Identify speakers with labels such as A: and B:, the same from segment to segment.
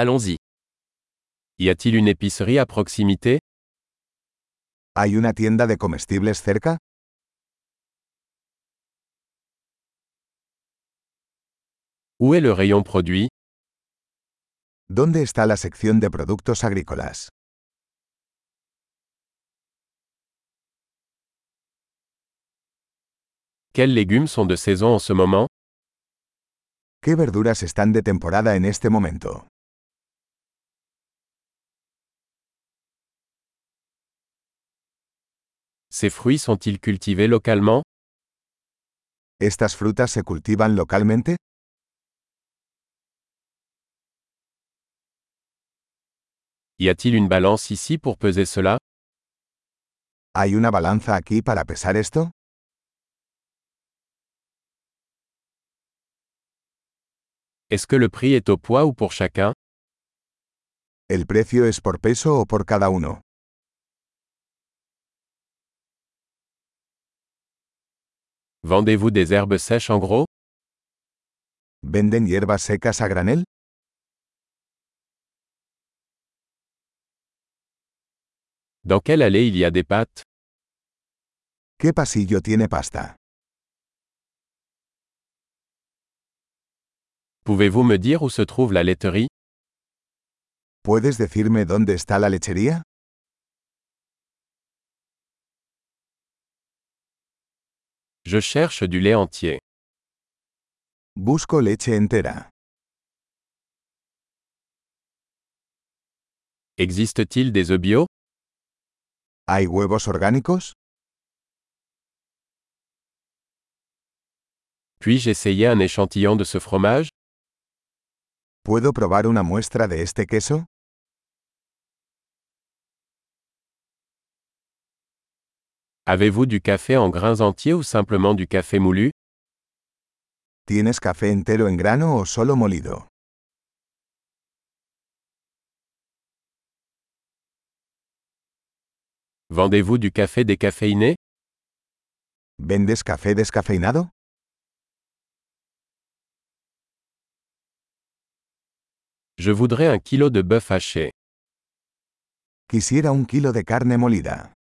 A: Allons-y. Y a-t-il une épicerie à proximité
B: ¿Hay una tienda de comestibles cerca?
A: Où est le rayon produit
B: ¿Dónde está la sección de productos agrícolas?
A: Quels légumes sont de saison en ce moment
B: ¿Qué verduras están de temporada en este momento?
A: Ces fruits sont-ils cultivés localement
B: ¿Estas frutas se cultivan localmente?
A: Y a-t-il une balance ici pour peser cela
B: ¿Hay una balanza aquí para pesar esto?
A: Est-ce que le prix est au poids ou pour chacun
B: ¿El precio es por peso o por cada uno?
A: Vendez-vous des herbes sèches en gros
B: ¿Venden hierbas secas a granel?
A: Dans quelle allée il y a des pâtes
B: ¿Qué pasillo tiene pasta?
A: Pouvez-vous me dire où se trouve la laiterie
B: ¿Puedes decirme dónde está la lechería?
A: Je cherche du lait entier.
B: Busco leche entera.
A: Existe-t-il des œufs bio
B: ¿Hay huevos orgánicos?
A: Puis-je essayer un échantillon de ce fromage
B: ¿Puedo probar una muestra de este queso?
A: Avez-vous du café en grains entiers ou simplement du café moulu
B: ¿Tienes café entero en grano o solo molido?
A: Vendez-vous du café décaféiné
B: ¿Vendes café descafeinado?
A: Je voudrais un kilo de bœuf haché.
B: Quisiera un kilo de carne molida.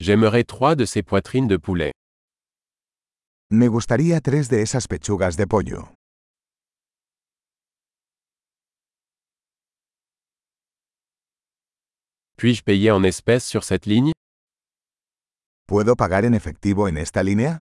A: J'aimerais trois de ces poitrines de poulet.
B: Me gustaría tres de esas pechugas de pollo.
A: Puis-je payer en espèces sur cette ligne
B: ¿Puedo pagar en efectivo en esta línea?